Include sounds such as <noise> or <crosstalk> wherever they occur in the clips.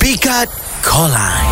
Pikat Kolan.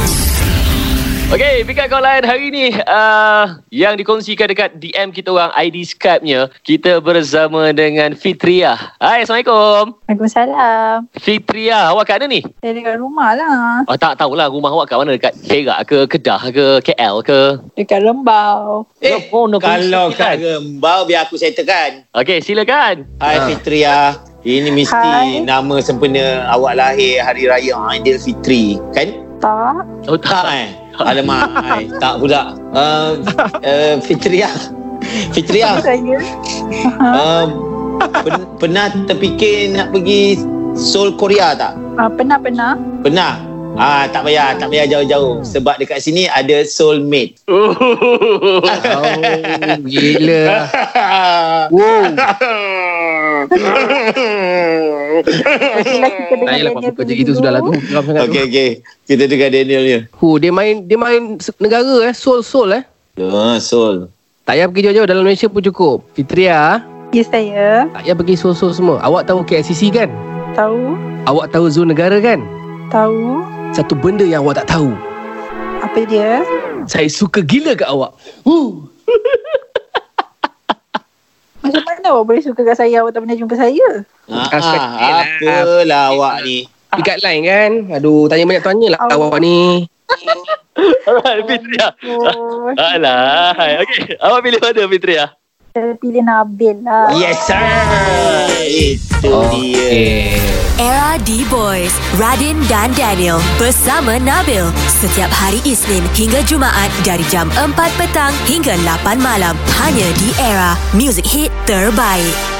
Okey, Pikat Kolan hari ni uh, yang dikongsikan dekat DM kita orang ID Skype-nya, kita bersama dengan Fitriah. Hai, Assalamualaikum. Waalaikumsalam. Fitriah, awak kat mana ni? Saya dekat rumah lah. Oh, tak tahulah rumah awak kat mana, dekat Perak ke, Kedah ke, KL ke? Dekat Rembau. Eh, Eh, no, no, kalau no, kat no. Rembau biar aku settlekan. Okey, silakan. Hai Ha. ha. Fitria. Ini mesti Hai. nama sempena awak lahir Hari Raya Aidil Fitri. Kan? Tak. Oh, Tak tak. eh? Alamak. hai, tak pula. Uh, uh, Fitria. Fitria. Apa saya? Uh, pen- pernah terfikir nak pergi Seoul Korea tak? Ah, pernah-pernah. Pernah? Ah, tak payah, tak payah jauh-jauh. Sebab dekat sini ada soulmate. Oh. <laughs> Oh, gila. Wow. Eh, Lelaki kita Tak payah lah dengan pukul je gitu sudah lah tu. Geram sangat tu. <laughs> Okey, okey. Kita dengar Daniel dia. Huh, dia main dia main se- negara eh, soul-soul eh. Ah, Seoul. Tak payah pergi jauh-jauh dalam Malaysia pun cukup. Fitria, Ya saya. tak payah pergi soul-soul semua. Awak tahu KLCC kan? Tahu. Awak tahu zon negara kan? Tahu. Satu benda yang awak tak tahu. Apa dia? Saya suka gila kat awak. Huh. Macam mana awak boleh suka kat saya? Awak tak pernah jumpa saya. Ah, Aspek ah, apalah awak ni. Dekat line kan? Aduh, tanya banyak tanya lah awak ni. Alright, Fitriah. Oh, Alah, hai. Okey, awak pilih mana Fitriah? saya pilih Nabil lah. Yes sir. Itu dia. Era D-Boys, Radin dan Daniel bersama Nabil. Setiap hari Isnin hingga Jumaat dari jam 4 petang hingga 8 malam. Hanya di Era, music hit terbaik.